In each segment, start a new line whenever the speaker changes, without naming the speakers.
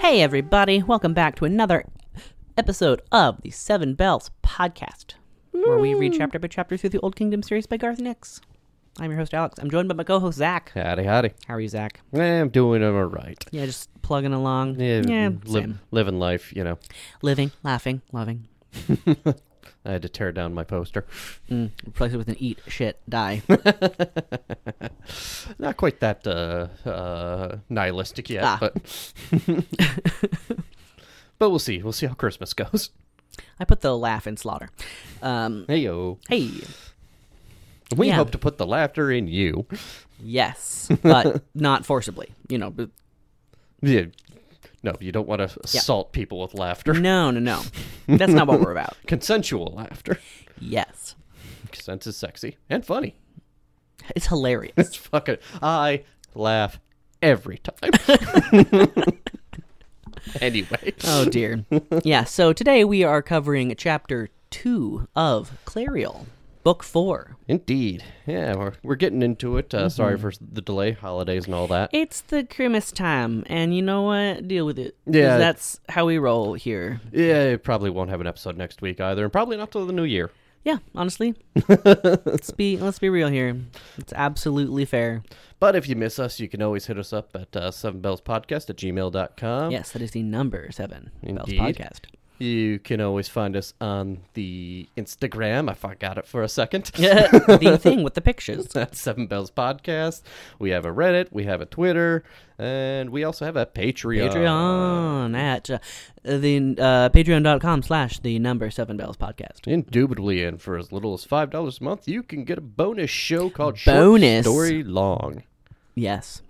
Hey, everybody, welcome back to another episode of the Seven Bells podcast, where we read chapter by chapter through the Old Kingdom series by Garth Nix. I'm your host, Alex. I'm joined by my co host, Zach.
Howdy, howdy.
How are you, Zach?
Eh, I'm doing all right.
Yeah, just plugging along.
Yeah, li-
same.
living life, you know.
Living, laughing, loving.
I had to tear down my poster.
Mm, replace it with an eat, shit, die.
Not quite that uh, uh, nihilistic yet,
Ah.
but but we'll see. We'll see how Christmas goes.
I put the laugh in slaughter. Um,
Hey yo,
hey,
we
Yeah.
hope to put the laughter in you.
yes, but not forcibly. You know, but
Yeah. No, you don't want to assault people with laughter.
no, no, no. That's not what we're about.
Consensual laughter.
Yes.
Consent is sexy and funny.
It's hilarious.
It's fucking. I laugh every time. anyway.
Oh dear. yeah, so today we are covering chapter 2 of Clarial, book 4.
Indeed. Yeah, we're, we're getting into it. Uh,
Mm-hmm.
Sorry for the delay, holidays and all that.
It's the Christmas time, and you know what? Deal with it. 'cause
Yeah.
That's how we roll here.
yeah, it probably won't have an episode next week either, and probably not till the new year.
Yeah, honestly. let's be let's be real here. It's absolutely fair.
But if you miss us, you can always hit us up at uh, sevenbellspodcast at gmail.com.
Yes, that is the number 7 Bells
Oh. Indeed.
podcast.
You can always find us on the Instagram. I forgot it for a second.
the thing with the pictures.
That's Seven Bells Podcast. We have a Reddit, we have a Twitter, and we also have a Patreon.
Patreon at uh, the uh, patreon.com slash the number 7 bells podcast.
Indubitably, and for as little as five dollars a month, you can get a bonus show called
Bonus?
Short Story Long.
Yes.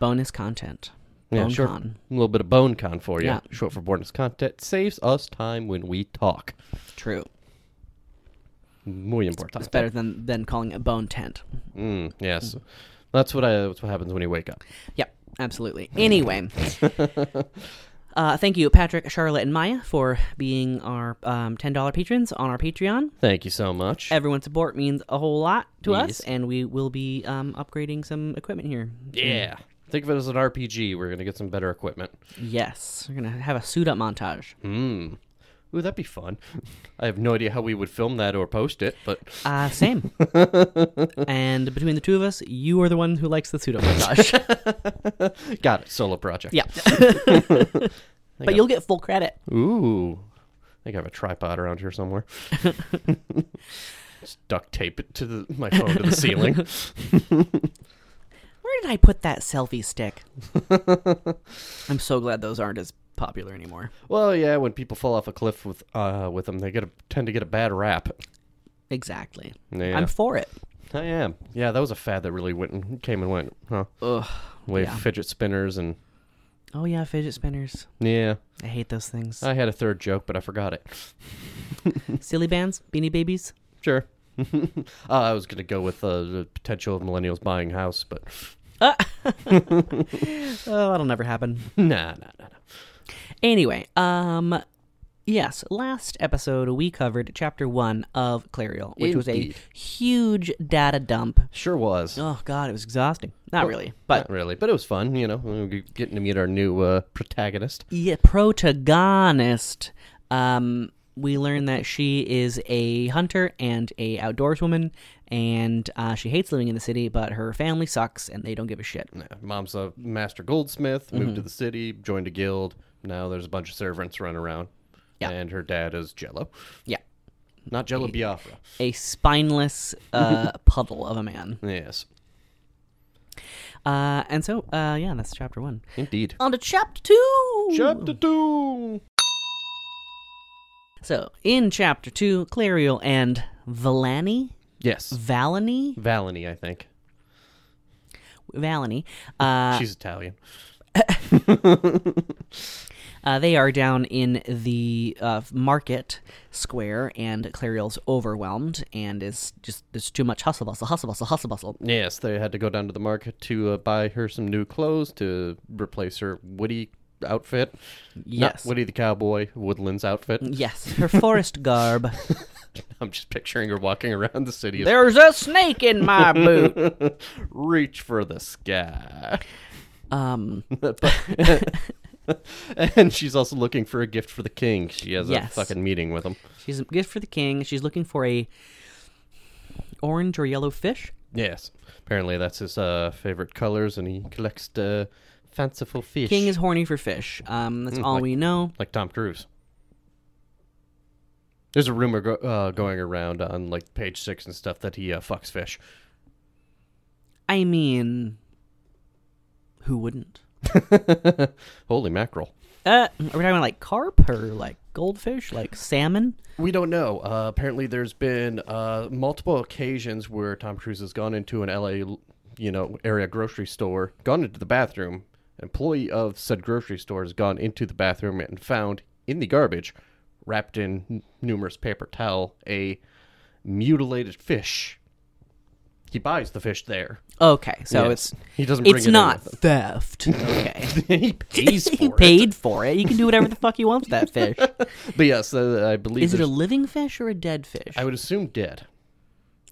Bonus content.
Yeah,
Bone
sure.
con.
A little bit of bone con for you.
Yeah.
Short for bonus content saves us time when we talk.
True.
Muy important.
It's better than than calling it bone tent.
Mm, yes, that's what I. That's what happens when you wake up.
Yep, absolutely. Anyway. Uh, thank you, Patrick, Charlotte, and Maya, for being our um, $10 patrons on our Patreon.
Thank you so much.
Everyone's support means a whole lot to us,
Yes.
and we will be um, upgrading some equipment here.
yeah. Think of it as an RPG. We're gonna get some better equipment.
Yes, we're going to have a suit up montage.
Mm. Ooh, that'd be fun. I have no idea how we would film that or post it, but
Uh, same. and between the two of us, you are the one who likes the suit up montage.
got it. Solo project.
yeah. but you'll get full credit.
Ooh. I think I have a tripod around here somewhere. Just duct tape it to the, my phone to the ceiling.
Where did I put that selfie stick? I'm so glad those aren't as popular anymore.
Well, yeah, when people fall off a cliff with uh with them, they get a, tend to get a bad rap.
Exactly.
Yeah.
I'm for it.
I am. Yeah, that was a fad that really went and came and went. Huh.
Ugh.
Way
Yeah.
fidget spinners and
Oh yeah, fidget spinners.
yeah.
I hate those things.
I had a third joke, but I forgot it.
Silly bands, beanie babies.
Sure. uh, I was gonna go with uh, the potential of millennials buying house, but
Oh, that'll never happen.
nah, nah, nah, nah.
Anyway, um yes, last episode we covered chapter 1 of Clarial, which was
Indeed.
a huge data dump.
Sure was.
Oh god, it was exhausting. Not really, but
Not really, but it was fun. You know, we were getting to meet our new uh, protagonist.
Yeah, protagonist. Um, we learn that she is a hunter and a outdoors woman, and uh, she hates living in the city, but her family sucks and they don't give a shit.
Yeah, Mom's a master goldsmith, moved
Mm-hmm.
to the city, joined a guild. Now there's a bunch of servants running around.
Yeah.
And her dad is Jello.
Yeah,
Not Jello Biafra.
a spineless uh, puddle of a man.
Yes.
Uh, and so, uh, yeah, that's chapter one.
Indeed.
On to chapter two.
Chapter two.
So, in chapter two, Clariel and Valani,
Yes.
Valani,
Valany, I think.
Valani, uh,
She's Italian.
Uh, they are down in the uh, market square, and Clariel's overwhelmed and is just there's too much hustle bustle, hustle bustle, hustle bustle.
Yes, they had to go down to the market to uh, buy her some new clothes to replace her Woody outfit.
Yes, Mm.
Not Woody the cowboy, Woodland's outfit.
yes, her forest garb.
I'm just picturing her walking around the city. as
there's a snake in my boot.
Reach for the sky.
Um,
But- and she's also looking for a gift for the king. She has
Yes.
a fucking meeting with him.
She's a gift for the king. She's looking for a orange or yellow fish.
Yes. Apparently that's his uh, favorite colors, and he collects the fanciful fish. Mm,
King is horny for fish. Um, that's all
like-
we know.
like Tom Cruise. There's a rumor go- uh, going around on like page six and stuff that he uh, fucks fish.
I mean, who wouldn't?
Holy mackerel!
Uh, are we talking about like carp or like goldfish, like salmon?
We don't know. Uh, apparently, there's been uh, multiple occasions where Tom Cruise has gone into an LA, you know, area grocery store, gone into the bathroom. An employee of said grocery store has gone into the bathroom and found in the garbage, wrapped in n- numerous paper towel, a mutilated fish. He buys the fish there.
Okay, so
Yeah.
it's
he doesn't. Bring
it's
it in
not
with
theft. Okay,
him. he pays for
he
it.
paid for it. You can do whatever the fuck you want with that fish.
But yes, uh, I believe.
Is it a
there's-
living fish or a dead fish?
I would assume dead,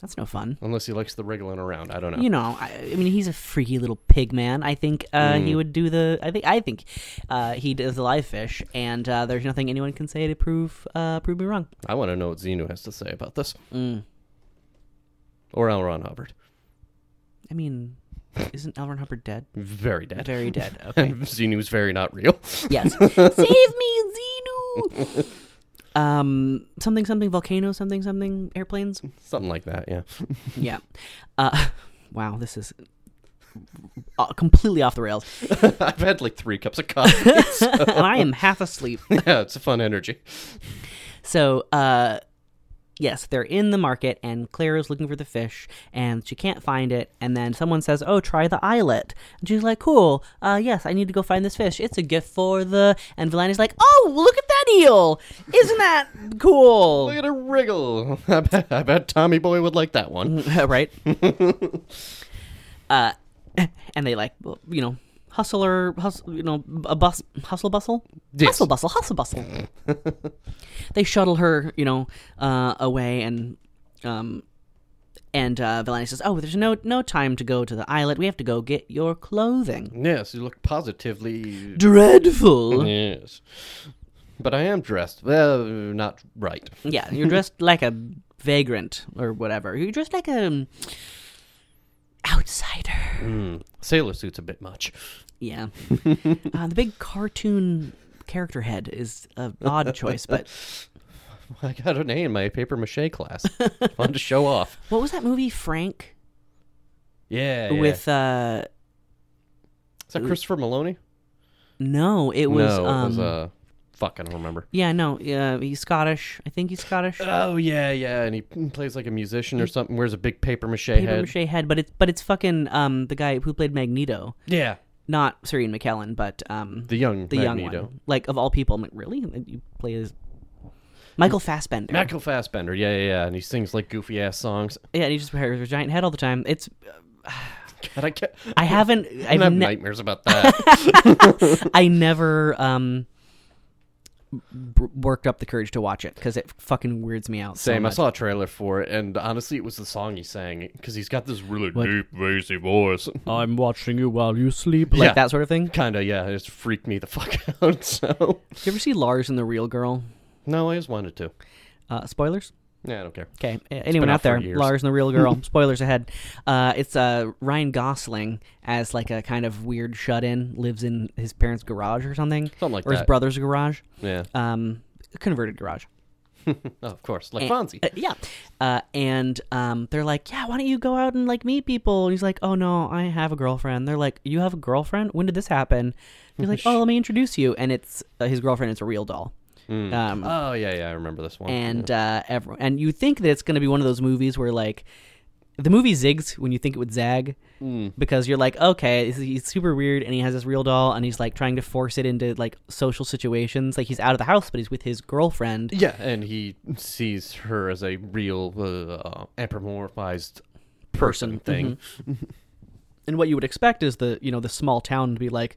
That's no fun.
unless he likes the wriggling around. I don't know.
You know, I, I mean, he's a freaky little pig man. I think uh, he
Mm.
would do the. I think I think uh, he does the live fish, and uh, there's nothing anyone can say to prove uh, prove me wrong. Mm.
I want to know what Xenu has to say about this. Or L. Ron Hubbard.
I mean, isn't Elron Hubbard dead?
Very dead.
Very dead. Okay.
Xenu's very not real.
Yes. Save me, Xenu! um, something, something, volcano, something, something, airplanes.
Something like that, yeah.
Yeah. Uh, wow, this is uh, completely off the rails.
I've had like three cups of coffee.
and I am half asleep.
yeah, it's a fun energy.
So, uh, yes, they're in the market, and Claire is looking for the fish, and she can't find it. And then someone says, "Oh, try the eyelet," and she's like, "Cool, uh, yes, I need to go find this fish. It's a gift for the." And Valani's like, "Oh, look at that eel! Isn't that cool?"
Look at her wriggle. I bet, I bet Tommy Boy would like that one.
right? uh, and they like you know hustle or hustle you know a bus hustle bustle
Yes.
hustle bustle hustle bustle. they shuttle her you know uh, away and um and uh, Valani says, "Oh, there's no no time to go to the islet. We have to go get your clothing."
Mm-hmm. Yes, you look positively.
Dreadful.
Yes. But I am dressed. Well, not right.
yeah, you're dressed like a vagrant or whatever. You're dressed like a um, outsider.
Hmm. Sailor suit's a bit much.
Yeah. uh, the big cartoon character head is an odd choice, but
I got an A in my paper mache class. Wanted to show off.
what was that movie, Frank?
Yeah. With
With, uh,
is that Christopher Maloney?
no, it was,
no,
um,
it was uh, fuck. I don't remember.
yeah, no, uh, he's Scottish. I think he's Scottish.
Oh yeah, yeah, and he plays like a musician or something. Wears a big paper mache
Paper
head.
mache head, but it's, but it's fucking, um, the guy who played Magneto.
Yeah,
Not Syrian McKellen, but, um,
the young
the young
Magneto.
one. Like, of all people, I'm like, really? You play as Michael Fassbender.
Michael Fassbender. Yeah, yeah, yeah, and he sings like goofy ass songs.
yeah, and he just wears a giant head all the time. It's,
God, I can't.
I haven't,
I
I've
have
ne-
nightmares about that.
I never um b- worked up the courage to watch it because it fucking weirds me out. so
Same. I
much.
saw a trailer for it, and honestly, it was the song he sang because he's got this really deep, bassy voice.
I'm watching you while you sleep, like
Yeah.
that sort of thing.
Kinda, yeah. It just freaked me the fuck out. So,
Did you ever see Lars and the Real Girl?
no, I just wanted to.
Uh, spoilers.
Yeah, I don't care.
Okay, a- anyone
out
out there?
for years.
Lars and the Real Girl. spoilers ahead. Uh, it's uh, Ryan Gosling as like a kind of weird shut-in, lives in his parents' garage or something,
Something like
or his
that.
brother's garage,
Yeah.
um, converted garage.
Oh, of course. Like Fonzie.
Uh, yeah. Uh, and um, they're like, yeah, why don't you go out and like meet people? And he's like, oh no, I have a girlfriend. They're like, you have a girlfriend? When did this happen? He's
Mm-hmm.
like, oh, let me introduce you. And it's uh, his girlfriend. It's a real doll. Um,
oh, yeah, yeah. I remember this one.
and uh, everyone, and you think that it's going to be one of those movies where like the movie zigs when you think it would zag
Mm.
because you're like, okay, he's- he's super weird and he has this real doll and he's like trying to force it into like social situations. Like he's out of the house, but he's with his girlfriend.
yeah, and he sees her as a real uh, anthropomorphized
Mm-hmm.
person thing.
and what you would expect is the you know the small town to be like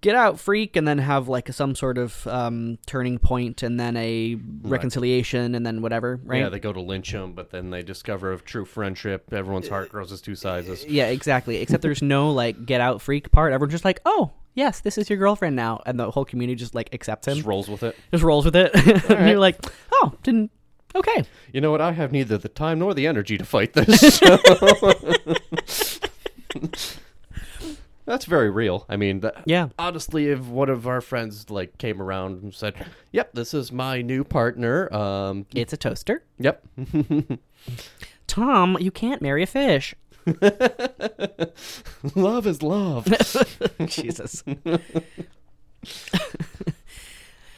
get out freak and then have like some sort of um, turning point and then a reconciliation and then whatever right
Yeah, they go to lynch him, but then they discover of true friendship. Everyone's heart grows as two sizes.
Yeah, exactly except there's no like get out freak part everyone's just like oh yes, this is your girlfriend now, and the whole community just like accepts him,
Just rolls with it.
just rolls with it. and
right.
you're like, oh, didn't okay.
You know what? I have neither the time nor the energy to fight this. so- That's very real. I mean, that,
Yeah.
honestly, if one of our friends like came around and said, "Yep, this is my new partner," um,
It's a toaster.
yep,
Tom, you can't marry a fish.
love is love.
Jesus.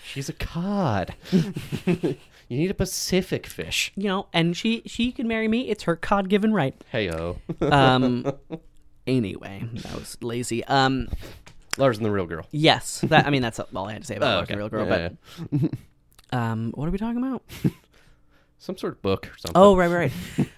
She's a cod. you need a Pacific fish.
You know, and she she can marry me. It's her God given right.
Heyo,
Um anyway, that was lazy. Um
Lars and the real girl.
yes. That I mean that's all I had to say about Lars and the Real Girl,
Oh, Yeah, yeah.
but um what are we talking about?
some sort of book or something.
Oh, right, right. right.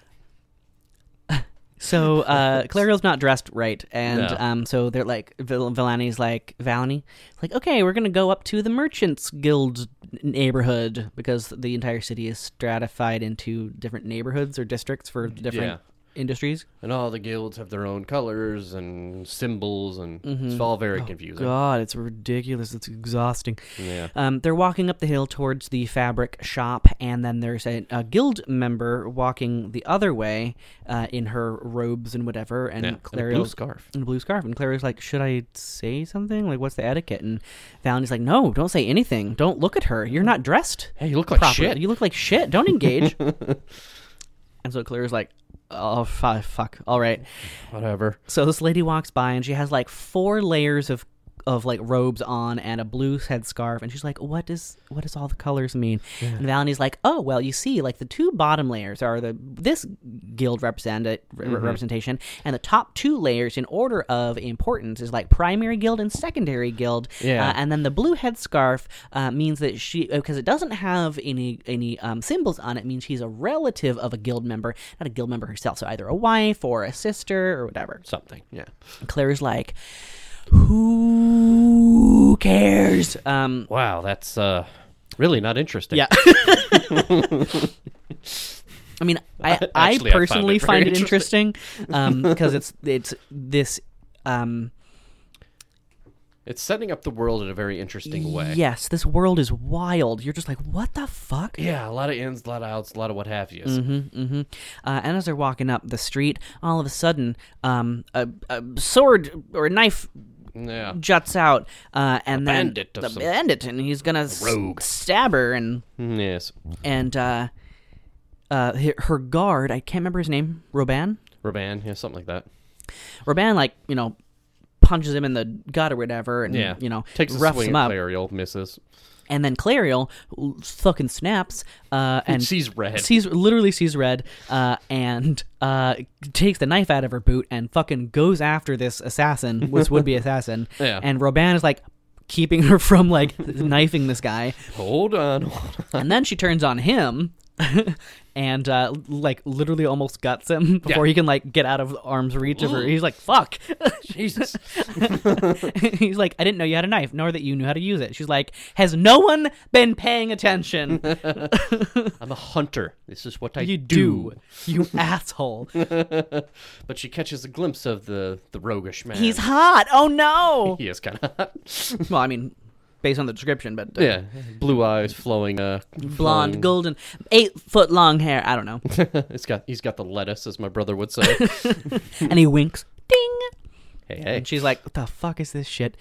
so uh, Clario's not dressed right, and
No.
um, so they're like Vil- Villani's like Valani, like okay, we're gonna go up to the Merchants Guild neighborhood because the entire city is stratified into different neighborhoods or districts for different industries.
and all the guilds have their own colors and symbols, and it's all very confusing.
Mm-hmm. Oh, God, it's ridiculous. It's exhausting.
Yeah.
Um, they're walking up the hill towards the fabric shop, and then there's a, a guild member walking the other way uh, in her robes and whatever. And
Yeah, and a
Clario-
blue scarf.
And a blue scarf. And Clara's like, Should I say something? Like, what's the etiquette? And Valenty's like, No, don't say anything. Don't look at her. You're not dressed
Hey, you look like
properly.
shit.
You look like shit. Don't engage. and so Clara's like, Oh, fu- fuck. All right.
Whatever.
So this lady walks by and she has like four layers of of like robes on and a blue headscarf and she's like, What does what does all the colors mean? And Valentine's like, Oh well you see, like the two bottom layers are the this guild represent re- representation and the top two layers in order of importance is like primary guild and secondary guild.
Yeah.
Uh, and then the blue headscarf uh, means that she because it doesn't have any any um, symbols on it means she's a relative of a guild member, not a guild member herself, so either a wife or a sister or whatever.
Something. Yeah.
Claire's like, who cares? Um,
Wow, that's uh, really not interesting.
yeah. I mean, I, I
Actually, I found
personally
it very
find it interesting because it's it's this. Um,
It's setting up the world in a very interesting way.
yes, this world is wild. You're just like, what the fuck?
Yeah, a lot of ins, a lot of outs, a lot of what have yous.
Mm-hmm, mm-hmm. Uh, and as they're walking up the street, all of a sudden, um, a, a sword or a knife
Yeah.
juts out, uh, and then
bandit of
the
some-
bandit, and he's gonna s-
rogue.
stab her, and
Yes.
and uh, uh, her- her guard, I can't remember his name, Roban.
Raban, yeah, something like that.
Roban, like you know, punches him in the gut or whatever, and
Yeah.
you know,
takes a
roughs
swing
him
at
up,
Clarial, misses.
and then Clariel l- fucking snaps, uh, and
Sees red.
sees literally sees red uh, and uh, takes the knife out of her boot and fucking goes after this assassin, this would be assassin.
Yeah.
And Roban is like keeping her from like knifing this guy,
Hold on. Hold on.
and then she turns on him. and uh, like literally almost guts him before
Yeah.
he can like get out of arm's reach of her. He's like, "Fuck!"
Jesus.
He's like, "I didn't know you had a knife, nor that you knew how to use it." She's like, "Has no one been paying attention?"
I'm a hunter. This is what I
You
do.
do, you asshole.
But she catches a glimpse of the, the roguish man.
He's hot. Oh no.
he is kind of hot.
Well, I mean, based on the description, but uh,
Yeah. Blue eyes, flowing. Uh,
blonde,
flowing-
golden, eight foot long hair. I don't know.
it's got, he's got the lettuce, as my brother would say.
and he winks. Ding.
hey, hey.
And she's like, "What the fuck is this shit?"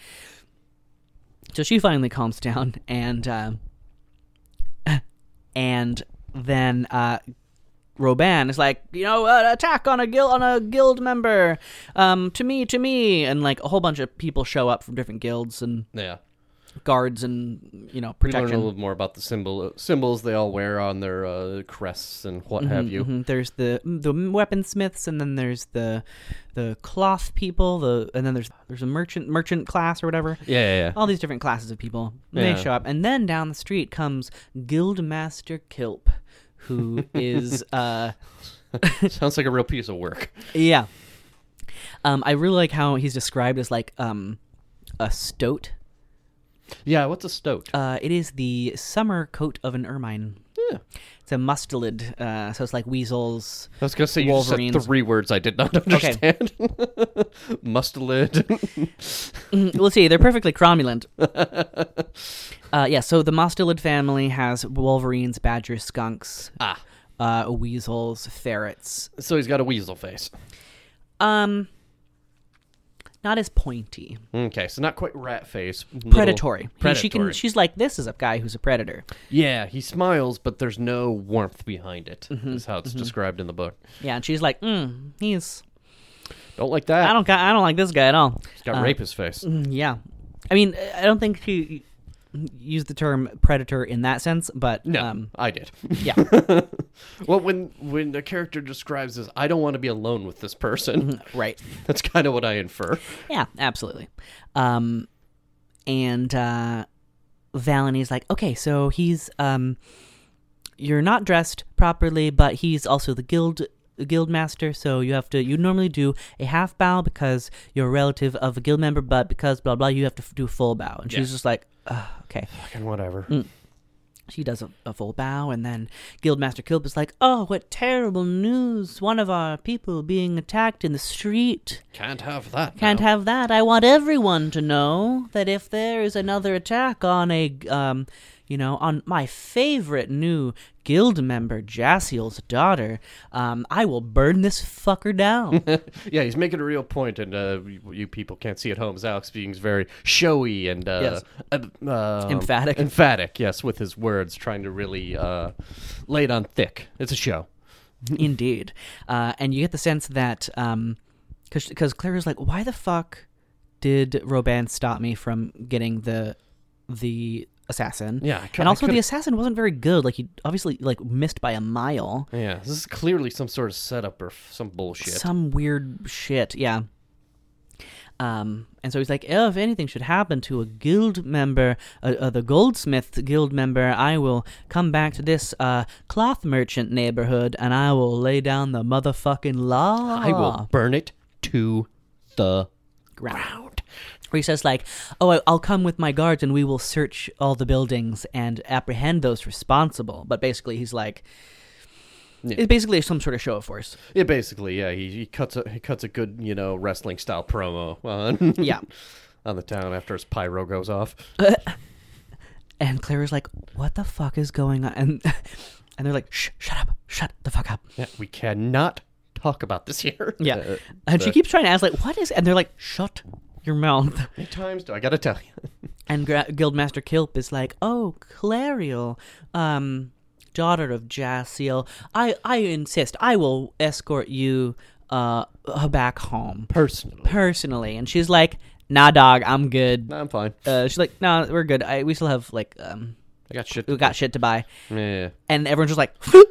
So she finally calms down, and uh, and then uh, Roban is like, "You know, an attack on a guild on a guild member. Um, to me, to me." And like a whole bunch of people show up from different guilds and
Yeah.
guards and you know
We learn a
protection.
little more about the symbol uh, symbols they all wear on their uh, crests and what have you.
Mhm, There's the the weaponsmiths, and then there's the the cloth people. The and then there's there's a merchant merchant class or whatever.
Yeah, yeah, yeah.
All these different classes of people.
Yeah.
They show up, and then down the street comes Guildmaster Kilp, who is uh
Sounds like a real piece of work.
yeah. Um, I really like how he's described as like um a stoat.
Yeah, what's a stoat?
Uh, it is the summer coat of an ermine. It's a mustelid, uh, so it's like weasels.
I was gonna say you just said
Wolverines.
three words I did not
Okay.
understand. Mustelid.
Mm, Let's see, they're perfectly cromulent. uh, yeah, so the mustelid family has wolverines, badgers, skunks,
ah,
uh, weasels, ferrets.
so he's got a weasel face.
Um, not as pointy,
Okay, so not quite rat face. little-
predatory. He- She can.
predatory.
She's like this is a guy who's a predator.
Yeah, he smiles, but there's no warmth behind it. Is
Mm-hmm.
how it's described in the book.
Yeah, and she's like, mm, he's.
Don't like that.
I don't. ca- I don't like this guy at all.
Uh, He's got
Uh,
rapist face.
Mm, Yeah, I mean, I don't think she used the term predator in that sense, but
No,
um,
I did.
yeah,
well, when when a character describes this, I don't want to be alone with this person.
right.
That's kind of what I infer.
Yeah, absolutely. Um, and uh, Valeni's like, okay, so he's um, you're not dressed properly, but he's also the guild guild master, so you have to you normally do a half bow because you're a relative of a guild member, but because blah blah, you have to f- do a full bow. And
Yeah.
she's just like, Ugh, okay.
Fucking whatever.
She does a, a full bow, and then Guildmaster Kilp is like, "Oh, what terrible news! One of our people being attacked in the street.
Can't have that.
Can't
now.
have that. I want everyone to know that if there is another attack on a, um, you know, on my favorite new guild member Jassiel's daughter, um, I will burn this fucker down."
Yeah, he's making a real point, and uh, you, you people can't see at home. is Alex being very showy and uh,
Yes.
ab- uh,
Emphatic.
Emphatic, yes, with his words, trying to really uh, lay it on thick. It's a show.
Indeed. Uh, and you get the sense that, because Clara's like, why the fuck did Roban stop me from getting the the assassin?
Yeah, I cou-
and
I
also the
could've-
assassin wasn't very good. Like he obviously like missed by a mile.
Yeah, this is clearly some sort of setup or f- some bullshit.
Some weird shit. Yeah. Um, and so he's like, if anything should happen to a guild member, uh, uh, the goldsmith guild member, I will come back to this uh, cloth merchant neighborhood and I will lay down the motherfucking law.
I will burn it to the.
uh, ground. Where he says, like, oh, I- I'll come with my guards and we will search all the buildings and apprehend those responsible. But basically, he's like,
Yeah.
it's basically some sort of show of force.
Yeah, basically, yeah. He, he cuts a he cuts a good you know wrestling style promo on
Yeah.
on the town after his pyro goes off.
And Clara's like, what the fuck is going on? And, and they're like, shh, shut up, shut the fuck up.
Yeah, we cannot talk about this here.
Yeah.
Uh,
and she
but-
keeps trying to ask, like, what is. And they're like, shut your mouth.
How many times do I gotta tell you?
And Gra- Guildmaster Kilp is like, "Oh, Clariel, um, daughter of Jassiel, I, I insist, I will escort you, uh, uh, back home
personally.
personally." And she's like, "Nah, dog, I'm good."
No, I'm fine.
Uh, she's like, "No, we're good. I, we still have like, um,
I got shit.
we got shit to buy."
Yeah.
And everyone's just like,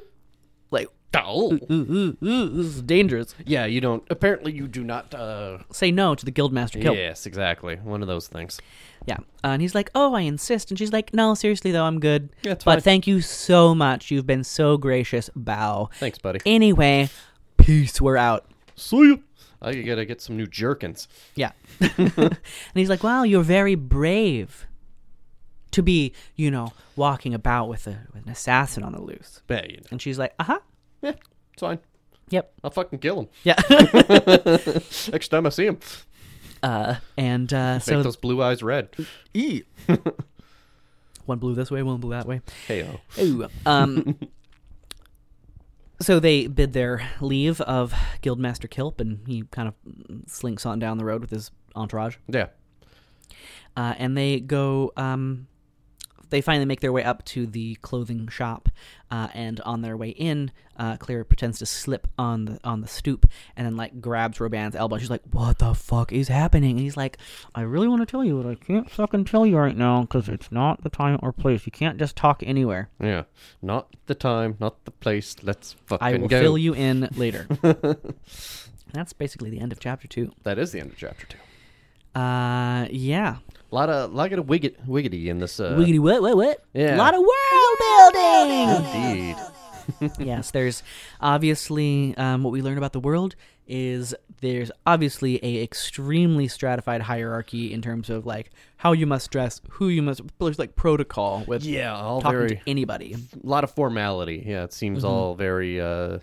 "Like,
Oh.
ooh, ooh, ooh, this is dangerous."
Yeah, you don't. Apparently, you do not. Uh,
Say no to the Guildmaster Kilp.
Yes, exactly. One of those things.
Yeah. Uh, and he's like, "Oh, I insist." And she's like, "No, seriously though, I'm good.
Yeah, it's
but
fine.
thank you so much. You've been so gracious. Bow."
Thanks, buddy.
Anyway, peace. We're out.
See you. I gotta get some new jerkins.
Yeah. and he's like, "Wow, you're very brave to be, you know, walking about with a with an assassin on the loose."
But you know,
And she's like, "Uh huh.
yeah, it's fine.
Yep.
I'll fucking kill him
Yeah."
next time I see him.
uh, and uh,
Make
so
those blue eyes red.
Eee. one blew this way, one blew that way.
Hey oh.
Ooh. Um, so they bid their leave of Guildmaster Kilp, and he kind of slinks on down the road with his entourage.
Yeah.
Uh, and they go. Um, they finally make their way up to the clothing shop, uh, and on their way in, uh, Claire pretends to slip on the on the stoop, and then like grabs Roban's elbow. She's like, "What the fuck is happening?" And he's like, "I really want to tell you, but I can't fucking tell you right now because it's not the time or place. You can't just talk anywhere."
Yeah. Not the time. Not the place. Let's fucking
I will
go.
fill you in later. That's basically the end of chapter two.
That is the end of chapter two.
Uh, yeah.
A lot of lot of wigget, wiggity in this. Uh,
Wiggity what what what?
Yeah.
A lot of world building.
Indeed.
yes, there's obviously um, what we learn about the world is there's obviously a extremely stratified hierarchy in terms of like how you must dress, who you must. There's like protocol with
Yeah, all
talking
very Mm-hmm.
to anybody.
a lot of formality. Yeah, it seems all very uh,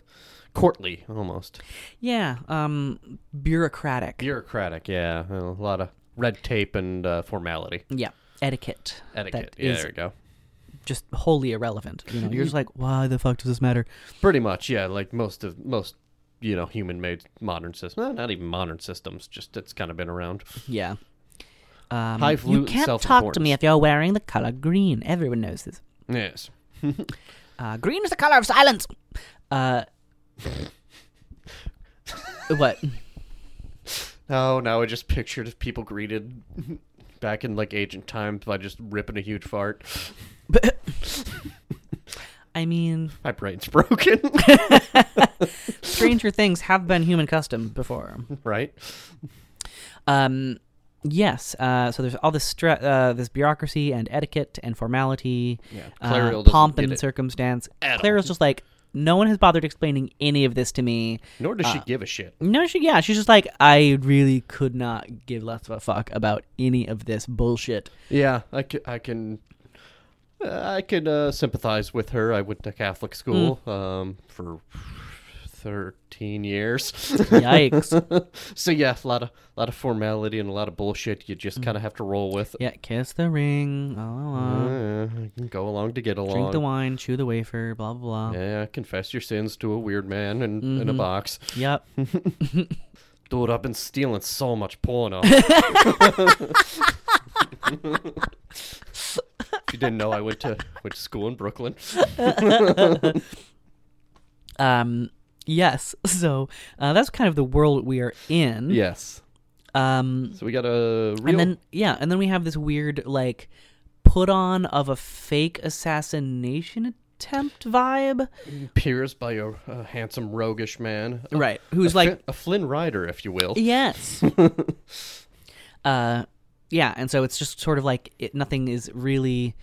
courtly almost.
Yeah, um, bureaucratic.
Bureaucratic, yeah. A lot of red tape and uh, formality.
yeah, etiquette.
Etiquette.
That
Yeah,
is
there we go.
just wholly irrelevant. You know, you're just like, why the fuck does this matter?
Pretty much, yeah, like most of most you know, human made modern systems. Well, not even modern systems, just it's kind of been around.
Yeah. Um, you
Highfalutin
can't talk to
self-importance.
me if you're wearing the color green. Everyone knows this.
Yes.
Uh, green is the color of silence. Uh, what?
Oh, now I just pictured people greeted back in like ancient times by just ripping a huge fart.
I mean,
My brain's broken,
stranger things have been human custom before.
right?
Um, yes. Uh, so there's all this stra- uh, this bureaucracy and etiquette and formality,
Yeah,
uh,
Clarial doesn't
pomp
get
and
it
circumstance.
at all.
Clarial's just like, no one has bothered explaining any of this to me.
Nor does she give a shit.
No, she yeah, she's just like I really could not give less of a fuck about any of this bullshit.
Yeah, I can. I can. uh, I can uh, sympathize with her. I went to Catholic school
Mm.
um, for thirteen years,
Yikes!
so yeah, a lot of lot of formality and a lot of bullshit. You
Mm.
just kind of have to roll with.
yeah, kiss the ring, la la la.
Uh, go along to get along.
Uh-huh. Drink the wine, chew the wafer, blah blah blah.
Yeah, confess your sins to a weird man in, in a
Mm-hmm.
box.
Yep.
Dude, I've been stealing so much porno. you didn't know I went to went to school in Brooklyn.
Um. Yes. So uh, that's kind of the world we are in.
Yes.
Um.
So we got a real.
And then yeah, and then we have this weird like put on of a fake assassination attempt vibe.
peers by a, a handsome, roguish man. A-
Right. Who's
a
like
Flynn- a Flynn Rider, if you will.
Yes. uh, yeah, and so it's just sort of like it, nothing is really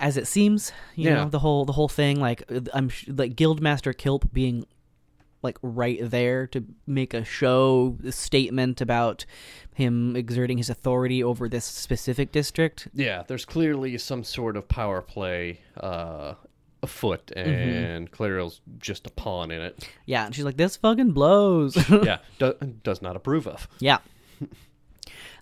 as it seems. You
Yeah.
know, the whole the whole thing, like uh, I'm sh- like Guildmaster Kilp being like right there to make a show a statement about him exerting his authority over this specific district.
Yeah, there's clearly some sort of power play uh, afoot,
Mm-hmm.
and Clariel's just a pawn in it.
Yeah, and she's like, this fucking blows.
yeah, do, does not approve of.
yeah.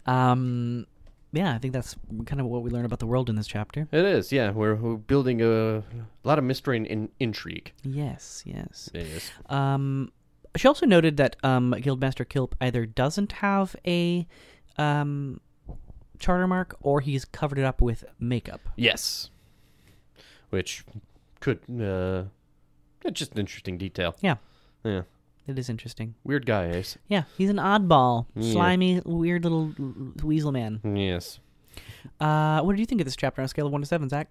Um. Yeah, I think that's kind of what we learn about the world in this chapter.
It is, yeah. We're, we're building a, lot of mystery and in, intrigue.
Yes, yes.
It is.
Um, she also noted that um, Guildmaster Kilp either doesn't have a um, charter mark or he's covered it up with makeup.
Yes. Which could. Uh, it's just an interesting detail.
Yeah,
Yeah.
it is interesting.
Weird guy, eh? Ace.
Yeah, he's an oddball,
Yeah.
slimy, weird little l- weasel man.
Yes.
Uh, what do you think of this chapter on a scale of one to seven, Zach?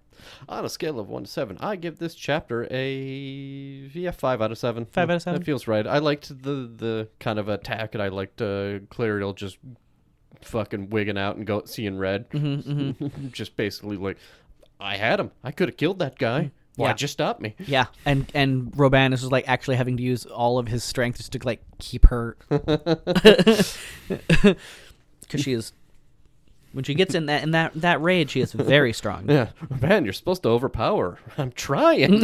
On a scale of one to seven, I give this chapter a yeah five out of seven.
Five out of seven?
That feels right. I liked the the kind of attack, and I liked uh, Clariel just fucking wigging out and go seeing red.
Mm-hmm,
just basically like, I had him. I could have killed that guy. Why'd
Mm-hmm. Yeah.
you stop me?
Yeah, and and Roban is just like actually having to use all of his strength just to like keep her, because she is when she gets in that in that that rage she is very strong.
Yeah, man, you're supposed to overpower. I'm trying.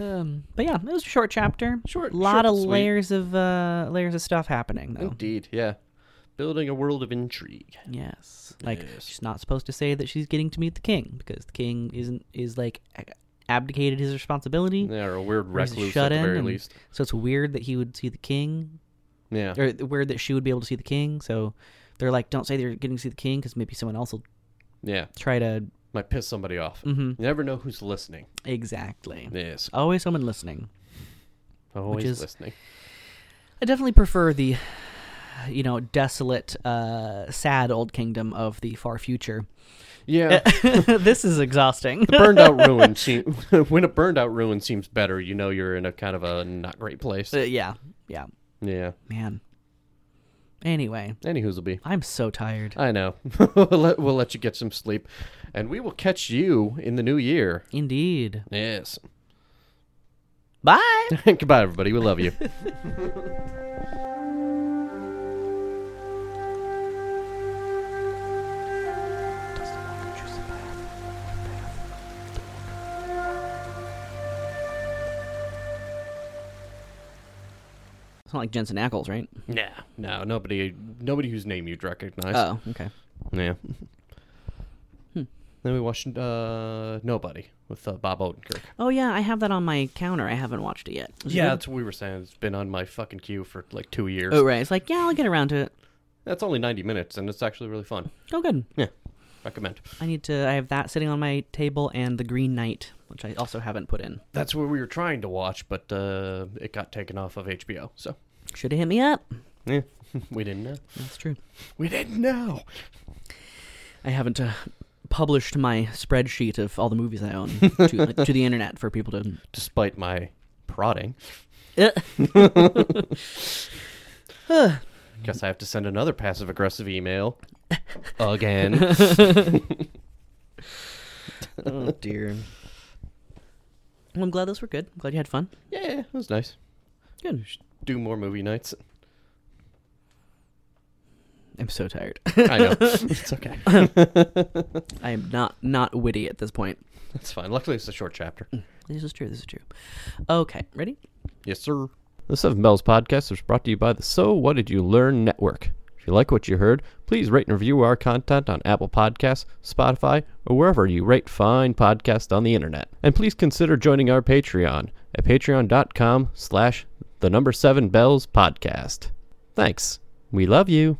Um, but yeah, it was a short chapter.
Short-
a lot
short
of
and sweet.
layers of uh, layers of stuff happening though.
Indeed, yeah. Building a world of intrigue.
Yes, like
Yes.
she's not supposed to say that she's getting to meet the king because the king isn't is like a- abdicated his responsibility.
Yeah, or a weird
or he's
recluse at the very
and-
least.
So it's weird that he would see the king,
Yeah.
or weird that she would be able to see the king. So they're like, don't say they're getting to see the king because maybe someone else will
Yeah.
try to.
Might piss somebody off.
Mhm.
You never know who's listening.
Exactly.
Yes.
Always someone listening.
Always
is-
listening.
I definitely prefer the, you know, desolate, uh, sad old kingdom of the far future.
Yeah.
this is exhausting.
burned out ruin seem- when a burned out ruin seems better, you know you're in a kind of a not great place.
Uh, yeah, yeah,
Yeah.
man. Anyway,
Any who's will be.
I'm so tired.
I know. we'll, let, we'll let you get some sleep, and we will catch you in the new year.
Indeed.
Yes.
Bye.
Goodbye, everybody. We love you.
It's not like Jensen Ackles, right?
nah, no, nobody, nobody whose name you'd recognize.
Oh, okay.
Yeah. Hmm. Then we watched uh, Nobody with uh, Bob Odenkirk.
Oh yeah, I have that on my counter. I haven't watched it yet. Is it
Yeah,
good?
that's what we were saying. It's been on my fucking queue for like two years.
Oh right. It's like yeah, I'll get around to it.
That's only ninety minutes, and it's actually really fun.
Oh good.
Yeah, recommend.
I need to. I have that sitting on my table and the Green Knight, which I also haven't put in.
That's what we were trying to watch, but uh, it got taken off of HBO. So
Should have hit me up.
yeah, we didn't know.
That's true.
We didn't know.
I haven't uh, published my spreadsheet of all the movies I own to, to the internet for people to.
Despite my prodding, guess I have to send another passive aggressive email again.
oh dear. Well, I'm glad those were good. I'm glad you had fun.
yeah, it was nice.
Good.
Do more movie nights.
I'm so tired.
I know it's okay.
I am not not witty at this point.
That's fine. Luckily, it's a short chapter.
This is true. This is true. Okay, ready?
Yes, sir. The Seven Bells podcast is brought to you by the So What Did You Learn Network. If you like what you heard, please rate and review our content on Apple Podcasts, Spotify, or wherever you rate fine podcasts on the internet. And please consider joining our Patreon at patreon.com slash the number seven bells podcast. Thanks. We love you.